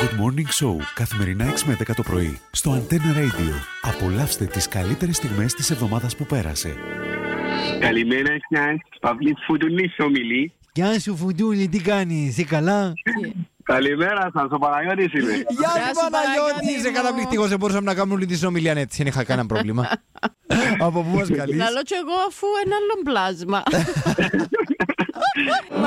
Good Morning Show, καθημερινά 6 με 10 το πρωί, στο Antenna Radio. Απολαύστε τις καλύτερες στιγμές της εβδομάδας που πέρασε. Καλημέρα σας, Παυλής Φουντουνής ομιλεί. Γεια σου Φουντούλη, τι κάνεις, είσαι καλά. Καλημέρα σας, ο Παναγιώτης είμαι. Γεια Γεια σου σου, Παναγιώτη, Παναγιώτη είσαι μου. καταπληκτικός, δεν μπορούσαμε να κάνουμε όλη τη συνομιλία, ναι, δεν είχα κανένα πρόβλημα. Από πού μας καλείς. Λαλό κι εγώ αφού ένα άλλο πλάσμα. ναι,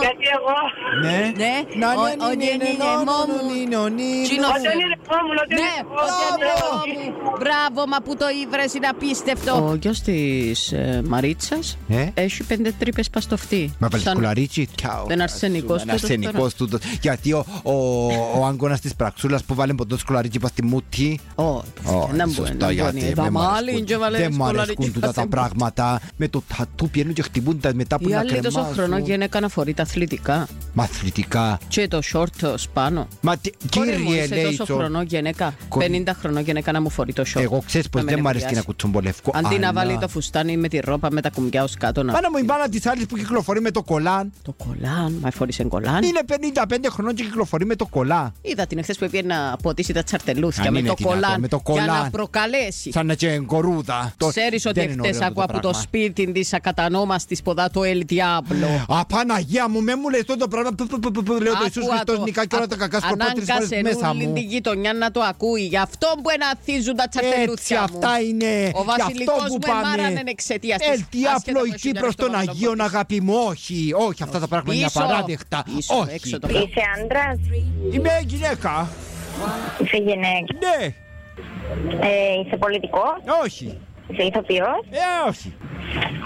Γιατί εγώ, Ναι. Ναι. Ο- ο Νανανίνε, γεννήνε μου. νόνονι, νονίνου. Τσίνο. όταν ηρευόμουν, όταν Ναι, ο Μπράβο. Γιάννη μου. Μπράβο, μα που το ήβρες είναι απίστευτο. Ο γιος της ε, Μαρίτσας Ε? έχει πέντε τρύπες παστοφτή. Μα πες κουλαρίτσι, τσάω. Ένα αρσενικός Ένα τούτος αρσενικός τούτος. Γιατί ο, ο, ο άγκονας της πραξούλας που βάλει ποτό σκουλαρίτσι πας στη μούτη. Ω, Ε, να μπουν, σωστά, να μπουν. γιατί Ε, δεν μ' βαμάλιν αρέσκουν. και βάλε Δεν μου σκουλαρίκι αρέσκουν τούτα πας τα στη πράγματα. Με το τατού πιένουν και χτυπούν τα μετά που Η να άλλη τόσο κρεμάσουν. χρόνο γυναίκα να φορεί τα αθλητικά Μαθητικά. και το short ως πάνω. Μα τι- Κόρη μου, κύριε είσαι λέει ε, τόσο το- χρονό γυναίκα, Κόρη- 50 χρονό γυναίκα να μου φορεί το short. Εγώ ξέρεις πως με δεν μου αρέσει νευριάσει. να κουτσομπολεύκω. Αντί να αλλά- βάλει το φουστάνι με τη ρόπα με τα κουμπιά ως κάτω να... Μάνα μου η μπάνα της άλλης που κυκλοφορεί με το κολάν. Το κολάν, μα φορήσε κολάν. Είναι 55 χρονών και κυκλοφορεί με το κολά. Είδα την εχθές που έβγαινε να ποτίσει τα Αν τσαρτελούθια με είναι το, δυνατόν, κολάν, με το για κολάν. να προκαλέσει. Σαν να και κορούδα. Το- Ξέρεις Δεν ότι είναι χτες ωραίο άκουα από το πράγμα. σπίτι της ακατανόμαστης ποδά το El Diablo. Απαναγία μου, με μου λες αυτό το πράγμα. Π, π, π, π, π, Λέω το Ιησούς Άκουα Χριστός νικά και όλα τα ακου- κακά σκορπά τρεις φορές ανάγκασε μέσα όλη μου. τη γειτονιά να το ακούει. Γι' αυτό που εναθίζουν τα Έτσι τσαρτελούθια μου. αυτά είναι. Ο βασιλικός μου εμάρανε εξαιτίας της. Ε, τι Άσχετα απλό η με χιλιάδες Κύπρος των ονομάτων. Αγίων αγάπη μου. Όχι, όχι αυτά τα πράγματα είναι Πίσω. απαράδεκτα. Πίσω, Όχι. έξω το πράγμα. Είσαι άντρας, Είμαι γυναίκα. είσαι γυναίκα, Ναι, ε, είσαι πολιτικός, όχι. είσαι ηθοποιός, Ε, όχι.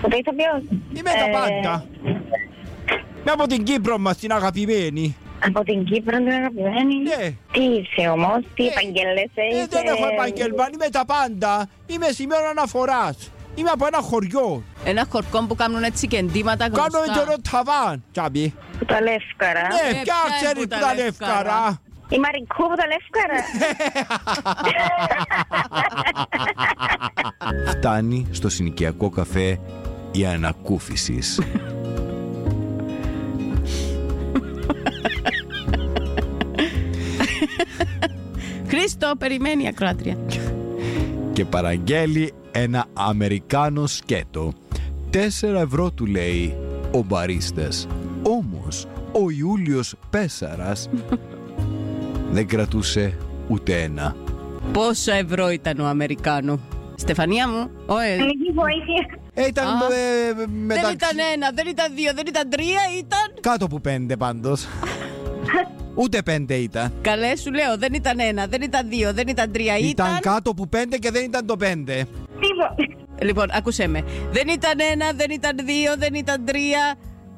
ούτε Ε, ηθοποιό. Είμαι τα πάντα. Είμαι από την Κύπρο μας την αγαπημένη. Από την Κύπρο, την αγαπημένη. Ναι. Τι είσαι όμως, τι Ε, επαγγέλλεσαι, Ε, είσαι. δεν έχω επαγγελμα, είμαι τα πάντα. Είμαι σημείο αναφοράς. Είμαι από ένα χωριό. Ένα χορκό που κάνουν έτσι και εντύματα γνωστά. Κάνω εντελώ ταβάν, τσάμπι. Που τα λεύκαρα. Ναι, ποια Ε, ποια ξέρει είναι που που τα τα λευκάρα. λευκαρά. Η Μαρικού που τα λεύκαρα. Ναι. Φτάνει στο συνοικιακό καφέ η ανακούφιση. Χρήστο, περιμένει η ακράτρια. και παραγγέλει ένα Αμερικάνο σκέτο. Τέσσερα ευρώ του λέει ο μπαρίστας. Όμως ο Ιούλιος Πέσαρας δεν κρατούσε ούτε ένα. Πόσα ευρώ ήταν ο Αμερικάνο. Στεφανία μου, Ναι, ωε. Νομική βοήθεια. Ε, ήταν Α. ε, Δεν μεταξύ... ήταν ένα, δεν ήταν δύο, δεν ήταν τρία, ήταν. Κάτω από πέντε πάντως. Ούτε πέντε ήταν. Καλέ, σου λέω, δεν ήταν ένα, δεν ήταν δύο, δεν ήταν τρία, Ήταν Ε, ήταν. κάτω από πέντε και δεν ήταν το πέντε. Τίποτα. Λοιπόν, ακούσέ με. Δεν ήταν ένα, δεν ήταν δύο, δεν ήταν τρία.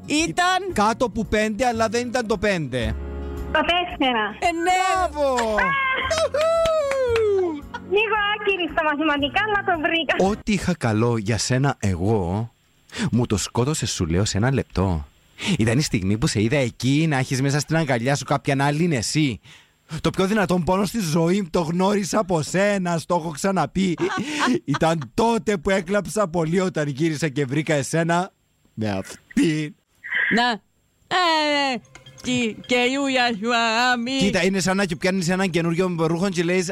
Ήταν. Κάτω από πέντε αλλά δεν ήταν το πέντε. Το τέσσερα. Ε, ναι. Μπράβο! Λίγο άκυρη στα μαθηματικά, αλλά το βρήκα. Ό,τι είχα καλό για σένα εγώ, μου το σκότωσες σου λέω σε ένα λεπτό. Ήταν η στιγμή που σε είδα εκεί να έχεις μέσα στην αγκαλιά σου κάποιαν άλλη είναι εσύ. Το πιο δυνατόν πόνο στη ζωή μου το γνώρισα από σένα, το έχω ξαναπεί. Ήταν τότε που έκλαψα πολύ όταν γύρισα και βρήκα εσένα με αυτή. Να. Ε, και, και γιούια σου αγάπη. Κοίτα, είναι σαν να και πιάνεις έναν καινούριο ρούχο και λέει: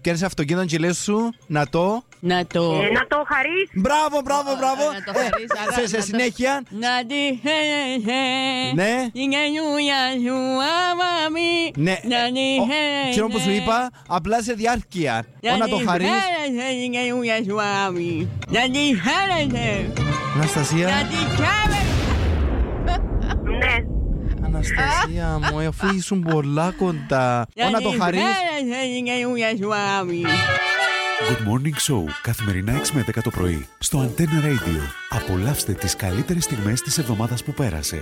Πιάνει αυτοκίνητο και λες σου να το. Να το. Ε, Να το χαρίσει. Μπράβο, μπράβο, μπράβο. Να το χαρείς, Ε, άρα σε- να Σε το- συνέχεια. Να τη. ε, Ναι. Είναι γιούια σου αγάπη. Ναι, Να τη. ε, Ε. ο- ξέρω που σου είπα, απλά σε διάρκεια. Ό, Να το χαρείς. Είναι γιούια σου αγάπη. Να τη χαίρεσαι. Να Αναστασία, τη χαίρεσαι. Ναι. Αναστασία μου, ε, αφού ήσουν πολλά κοντά. Ό, Να το χαρείς. Είναι γιούια σου αγάπη. Good Morning Show, καθημερινά 6 με 10 το πρωί, στο Antenna Radio. Απολαύστε τις καλύτερες στιγμές της εβδομάδας που πέρασε.